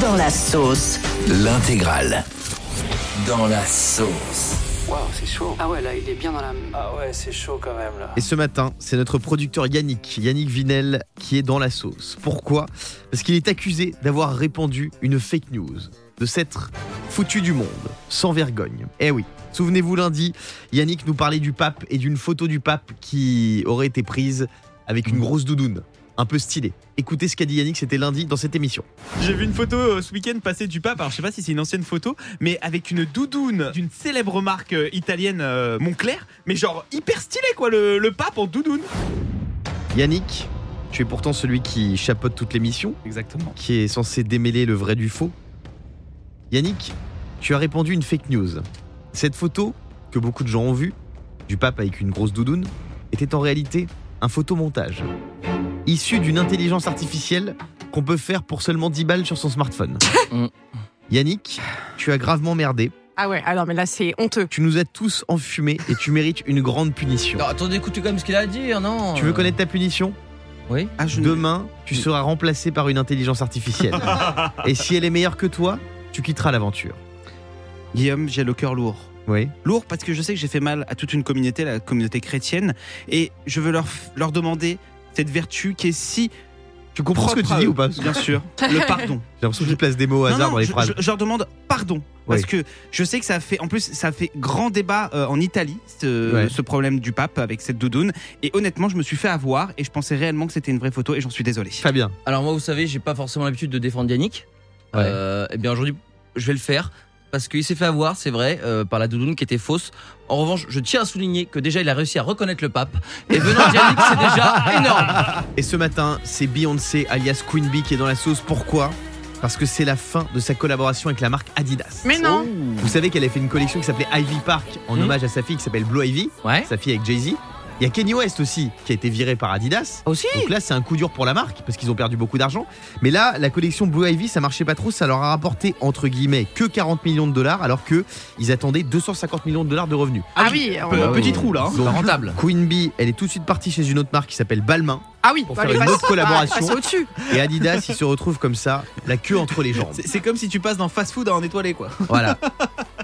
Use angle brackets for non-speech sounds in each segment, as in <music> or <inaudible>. Dans la sauce. L'intégrale. Dans la sauce. Waouh, c'est chaud. Ah ouais, là, il est bien dans la. Ah ouais, c'est chaud quand même là. Et ce matin, c'est notre producteur Yannick, Yannick Vinel, qui est dans la sauce. Pourquoi Parce qu'il est accusé d'avoir répandu une fake news, de s'être foutu du monde, sans vergogne. Eh oui, souvenez-vous lundi, Yannick nous parlait du pape et d'une photo du pape qui aurait été prise avec une grosse doudoune, un peu stylée. Écoutez ce qu'a dit Yannick, c'était lundi dans cette émission. J'ai vu une photo euh, ce week-end passer du pape, alors je sais pas si c'est une ancienne photo, mais avec une doudoune d'une célèbre marque euh, italienne euh, Montclair, mais genre hyper stylé quoi, le, le pape en doudoune. Yannick, tu es pourtant celui qui chapeaute toute l'émission, Exactement. qui est censé démêler le vrai du faux. Yannick, tu as répandu une fake news. Cette photo, que beaucoup de gens ont vue, du pape avec une grosse doudoune, était en réalité un photomontage, issu d'une intelligence artificielle qu'on peut faire pour seulement 10 balles sur son smartphone. <laughs> Mm. Yannick, tu as gravement merdé, Ah ouais, alors, mais là, c'est honteux. tu nous as tous enfumés et tu mérites une grande punition. Non, attendez, écoutez quand même ce qu'il a à dire, non Tu veux Euh, connaître ta punition Oui. Ah, Demain, tu seras remplacé par une intelligence artificielle. <laughs> Et si elle est meilleure que toi, tu quitteras l'aventure. Guillaume, j'ai le cœur lourd. Oui. Lourd parce que je sais que j'ai fait mal à toute une communauté, la communauté chrétienne, et je veux leur, f- leur demander cette vertu qui est si Tu comprends ce que propre tu à dis eux, ou pas J'ai Bien sûr, le pardon. l'impression que tu places des mots au Non, hasard non, dans les je, phrases. je- je leur demande pardon. Parce que je sais que ça a fait, en plus, ça a fait grand débat euh, en Italie, ce, Ouais. ce problème du pape avec cette doudoune. Et honnêtement, je me suis fait avoir et je pensais réellement que c'était une vraie photo et j'en suis désolé. Fabien, Alors moi, vous savez, j'ai pas forcément l'habitude de défendre Yannick. Ouais. Euh, eh bien aujourd'hui, je vais le faire parce qu'il s'est fait avoir, c'est vrai, euh, par la doudoune qui était fausse. En revanche, je tiens à souligner que déjà, il a réussi à reconnaître le pape. Et venant de Yannick, <laughs> c'est déjà énorme. et ce matin, c'est Beyoncé alias Queen Bee qui est dans la sauce. Pourquoi Parce que c'est la fin de sa collaboration avec la marque Adidas. Mais non Vous savez qu'elle a fait une collection qui s'appelait Ivy Park en Mmh. Hmm. hommage à sa fille qui s'appelle Blue Ivy, Ouais. sa fille avec Jay-Z. Il y a Kenny West aussi qui a été viré par Adidas. Aussi Donc là, c'est un coup dur pour la marque parce qu'ils ont perdu beaucoup d'argent. Mais là, la collection Blue Ivy, ça marchait pas trop. Ça leur a rapporté entre guillemets que 40 millions de dollars, alors que ils attendaient 250 millions de dollars de revenus. Ah oui, on- Pe- oui. petit trou là. hein. C'est pas rentable. Queen Bee, elle est tout de suite partie chez une autre marque qui s'appelle Balmain ah oui, pour bah, faire lui, une passe- <laughs> autre collaboration. bah, passe au-dessus. et Adidas, ils se retrouvent comme ça, la queue entre les jambes. C'est c'est comme si tu passes d'un fast-food à un étoilé quoi. Voilà.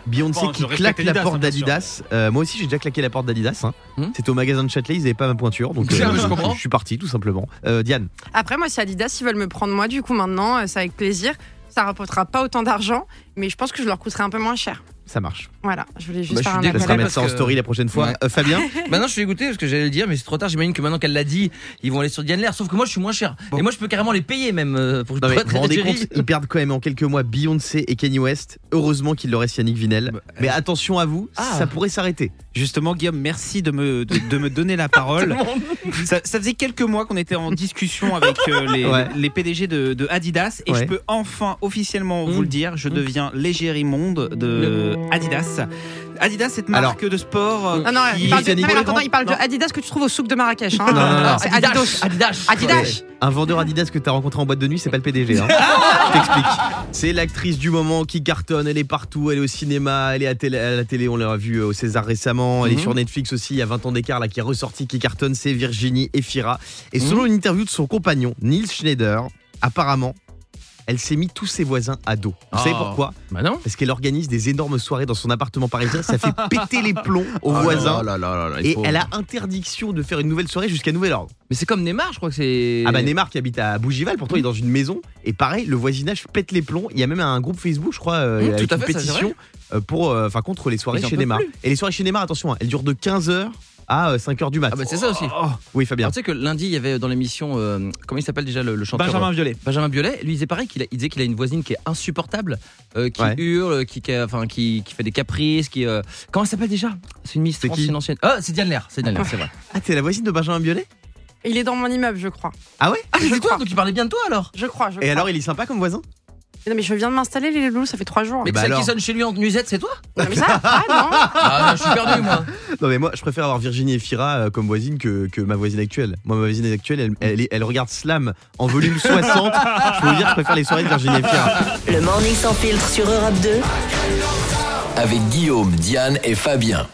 Beyoncé Bon, qui je respecte claque la Adidas, porte hein, bien sûr. d'Adidas. Euh, moi aussi, j'ai déjà claqué la porte d'Adidas. hein. Hmm. C'était au magasin de Châtelet, ils n'avaient pas ma pointure, donc euh, Je comprends. je suis parti tout simplement. Euh, Diane, Après, moi, si Adidas, ils veulent me prendre moi, du coup, maintenant, euh, c'est avec plaisir. Ça rapportera pas autant d'argent, mais je pense que je leur coûterai un peu moins cher. ça marche. Voilà, je voulais juste Bah, je faire suis un On désolé. appel. va parce mettre ça en que- story la prochaine fois. Ouais. Euh, <laughs> Fabien, Maintenant, je suis dégoûté parce que j'allais le dire, mais c'est trop tard. J'imagine que maintenant qu'elle l'a dit, ils vont aller sur Diane Lair. Sauf que moi, je suis moins cher. Bon. Et moi, je peux carrément les payer même euh, pour Non mais pour vous vous être rendez Jerry. compte, ils perdent quand même en quelques mois Beyoncé et Kanye West. Heureusement qu'il leur reste Yannick Vinel. mais attention à vous, Bah, Ah. ça pourrait s'arrêter. Justement, Guillaume, merci de me, de, de me donner la parole. ça, ça faisait quelques mois qu'on était en discussion avec euh, les, Ouais. les PDG de, de Adidas et Ouais. je peux enfin officiellement vous Mm. le dire, je Mm. deviens légère immonde de Adidas. Adidas, cette Alors. marque de sport. euh, Ah Non, non, qui- il parle, de, Yannick- non, mais attends, il parle de Non. Adidas que tu trouves au souk de Marrakech. Hein. Non, non, non, non. C'est Adidas. Adidas. Adidas. Un vendeur Adidas que t'as rencontré en boîte de nuit, c'est pas le PDG. <laughs> Hein. Je t'explique. C'est l'actrice du moment qui cartonne. Elle est partout. Elle est au cinéma. Elle est à, télé- à la télé. On l'a vue au César récemment. Elle est Mhm. sur Netflix aussi. Il y a 20 ans d'écart là qui est ressortie, qui cartonne. C'est Virginie Efira. Et Mhm. selon une interview de son compagnon Neil Schneider, apparemment, elle s'est mis tous ses voisins à dos. Vous savez Oh. pourquoi Bah non. parce qu'elle organise des énormes soirées dans son appartement parisien. Ça <laughs> fait péter les plombs aux Oh là voisins. là là là là, il Et faut- elle a interdiction de faire une nouvelle soirée jusqu'à nouvel ordre. Mais c'est comme Neymar, je crois que c'est. Ah bah Neymar qui habite à Bougival, pourtant il est dans une maison. Et pareil, le voisinage pète les plombs. Il y a même un groupe Facebook, je crois, euh, Mmh, avec tout à une fait, ça, c'est pétition euh, pour, euh, enfin, contre les soirées Ils en chez peuvent Neymar. plus. Et les soirées chez Neymar, attention, hein, elles durent de 15h à 5h du mat. Ah bah c'est ça aussi. oui Fabien. Alors, tu sais que lundi, il y avait dans l'émission, euh, comment il s'appelle déjà le, le chanteur Benjamin Violet. euh, Benjamin Biolay. Lui, il disait pareil, qu'il a- il disait qu'il a une voisine qui est insupportable, euh, qui Ouais. hurle, qui, qui a- enfin, qui, qui fait des caprices, qui. euh, Comment elle s'appelle déjà C'est une Miss C'est France, qui une ancienne. Ah, c'est Diane Lair, c'est Diane Lair, c'est vrai. Ah t'es la voisine de Benjamin Biolay Il est dans mon immeuble, je crois. Ah ouais Ah, c'est Je toi crois. Donc il parlait bien de toi alors Je crois, je crois. Et alors il est sympa comme voisin Non, mais je viens de m'installer, les loulous, ça fait trois jours. Mais bah celle alors. qui sonne chez lui en nuisette, c'est toi Non, mais ça, ah non Ah, non, je suis perdu moi Non mais moi je préfère avoir Virginie Efira euh, comme voisine que, que ma voisine actuelle. Moi ma voisine actuelle elle, elle- elle regarde Slam en volume 60. <laughs> je peux vous dire je préfère les soirées de Virginie Efira. Le morning sans filtre sur Europe 2. Avec Guillaume, Diane et Fabien.